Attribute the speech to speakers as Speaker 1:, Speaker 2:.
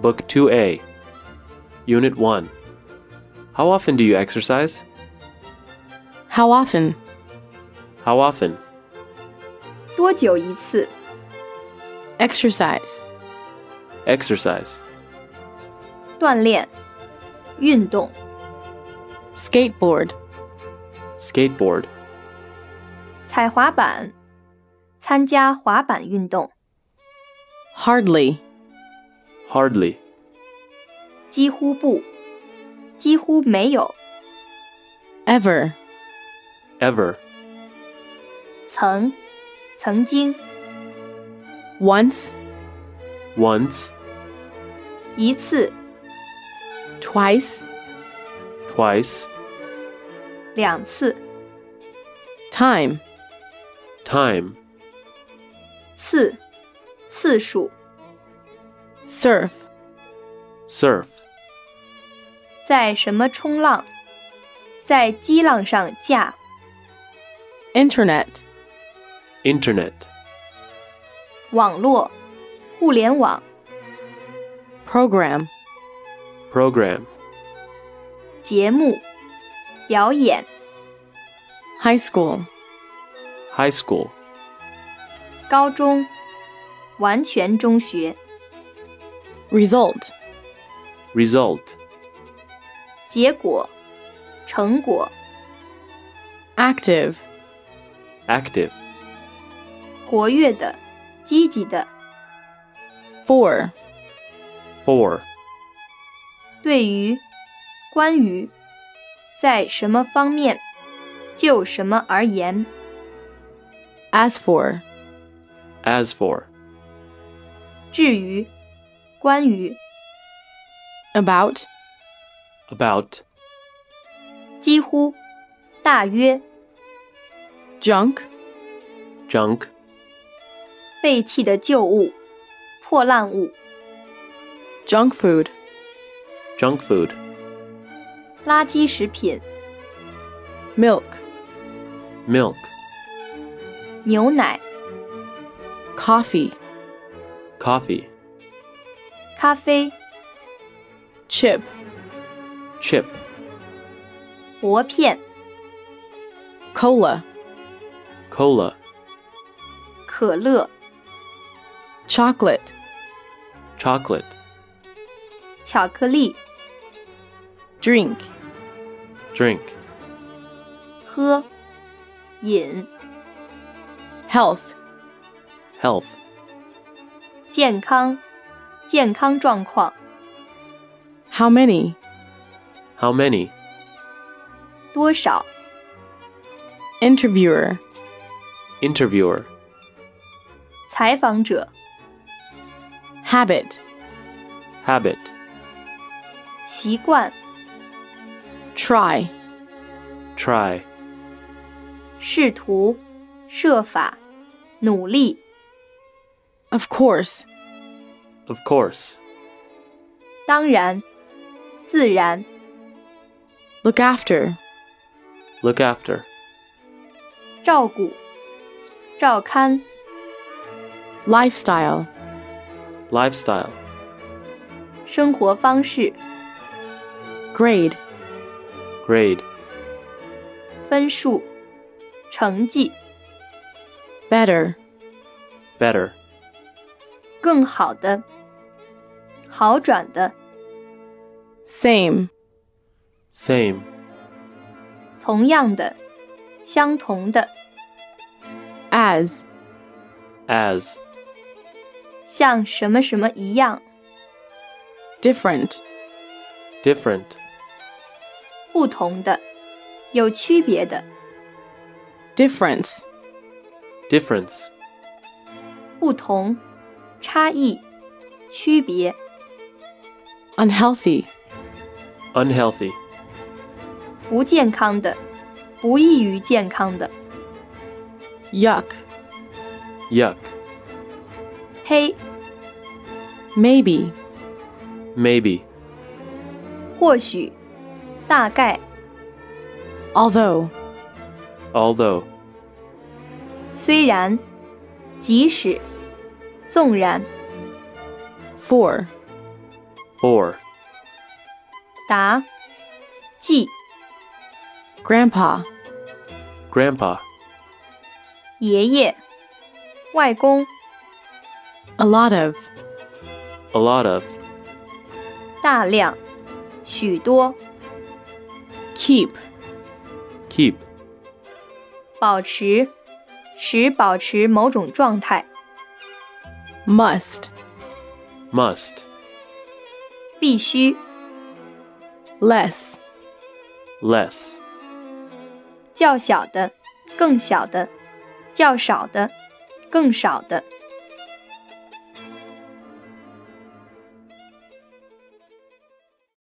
Speaker 1: Book 2A, Unit 1. How often do you exercise?
Speaker 2: How often?
Speaker 1: How often?
Speaker 3: 多久一次？
Speaker 2: Exercise.
Speaker 1: Exercise.
Speaker 3: 锻炼，运动，
Speaker 2: Skateboard.
Speaker 1: Skateboard.
Speaker 3: 踩滑板，参加滑板运动，
Speaker 2: Hardly.
Speaker 1: Hardly.
Speaker 3: 几乎不，几乎没有，
Speaker 2: Ever.
Speaker 1: Ever.
Speaker 3: 曾，曾经，
Speaker 2: Once.
Speaker 1: Once.
Speaker 3: 一次，
Speaker 2: Twice.
Speaker 1: Twice.
Speaker 3: 两次，
Speaker 2: Time.
Speaker 1: Time.
Speaker 3: 次，次数，
Speaker 2: Surf.
Speaker 1: Surf.
Speaker 3: 在什么冲浪，在激浪上架，
Speaker 2: Internet.
Speaker 1: Internet.
Speaker 3: 网络，互联网，
Speaker 2: Program.
Speaker 1: Program.
Speaker 3: 节目，表演，
Speaker 2: High school.
Speaker 1: High school.
Speaker 3: 高中，完全中学，
Speaker 2: Result.
Speaker 1: Result.
Speaker 3: 结果，成果，
Speaker 2: Active.
Speaker 1: Active.
Speaker 3: 活跃的，积极的。
Speaker 2: For.
Speaker 1: 4.
Speaker 3: 对于、关于、在什么方面、就什么而言、
Speaker 2: As for.
Speaker 1: As for.
Speaker 3: 至于、关于、
Speaker 2: About.
Speaker 1: About.
Speaker 3: 几乎、大约、
Speaker 2: Junk.
Speaker 1: Junk.
Speaker 3: 废弃的旧物、破烂物、
Speaker 2: Junk food.
Speaker 1: Junk food.
Speaker 3: 垃圾食品、
Speaker 2: Milk.
Speaker 1: Milk.
Speaker 3: 牛奶、
Speaker 2: Coffee.
Speaker 1: Coffee.
Speaker 3: 咖啡、
Speaker 2: Chip.
Speaker 1: Chip.
Speaker 3: 薄片、
Speaker 2: Cola.
Speaker 1: Cola.
Speaker 3: 可乐、
Speaker 2: Chocolate.
Speaker 1: Chocolate.
Speaker 3: 巧克力、
Speaker 2: Drink.
Speaker 1: Drink.
Speaker 3: 喝、饮、
Speaker 2: Health.
Speaker 1: Health.
Speaker 3: 健康、健康状况、
Speaker 2: How many?
Speaker 1: How many?
Speaker 3: 多少、
Speaker 2: Interviewer.
Speaker 1: Interviewer.
Speaker 3: 采访者、
Speaker 2: Habit.
Speaker 1: Habit.
Speaker 3: 习惯、
Speaker 2: Try.
Speaker 1: Try.
Speaker 3: 试图、设法、努力、
Speaker 2: Of course.
Speaker 1: Of course.
Speaker 3: 当然、自然、
Speaker 2: Look after.
Speaker 1: Look after.
Speaker 3: 照顾、照看、
Speaker 2: Lifestyle.
Speaker 1: Lifestyle.
Speaker 3: 生活方式、
Speaker 2: Grade.
Speaker 1: Grade.
Speaker 3: 分数、成绩、
Speaker 2: Better.
Speaker 1: Better.
Speaker 3: 更好的、好转的、
Speaker 2: Same.
Speaker 1: Same.
Speaker 3: 同样的、相同的、
Speaker 2: As.
Speaker 1: As.
Speaker 3: 像什么什么一样、
Speaker 2: Different.
Speaker 1: Different.
Speaker 3: 不同的、有区别的、
Speaker 2: Difference.
Speaker 1: Difference.
Speaker 3: 不同、差异、区别、
Speaker 2: Unhealthy.
Speaker 1: Unhealthy.
Speaker 3: 不健康的、不易于健康的、
Speaker 2: Yuck.
Speaker 1: Yuck.
Speaker 3: 黑、
Speaker 2: Maybe.
Speaker 1: Maybe.
Speaker 3: 或许、大概。
Speaker 2: Although.
Speaker 1: Although.
Speaker 3: 虽然，即使，纵然，
Speaker 2: For.
Speaker 1: Or.
Speaker 3: 答，记，
Speaker 2: grandpa,
Speaker 1: Grandpa.
Speaker 3: 爷爷，外公，
Speaker 2: a lot of,
Speaker 1: A lot of.
Speaker 3: 大量，许多，
Speaker 2: keep,
Speaker 1: Keep.
Speaker 3: 保持，使保持某种状态，
Speaker 2: must,
Speaker 1: Must.
Speaker 3: 必须，
Speaker 2: less,
Speaker 1: Less.
Speaker 3: 较小的，更小的，较少的，更少的，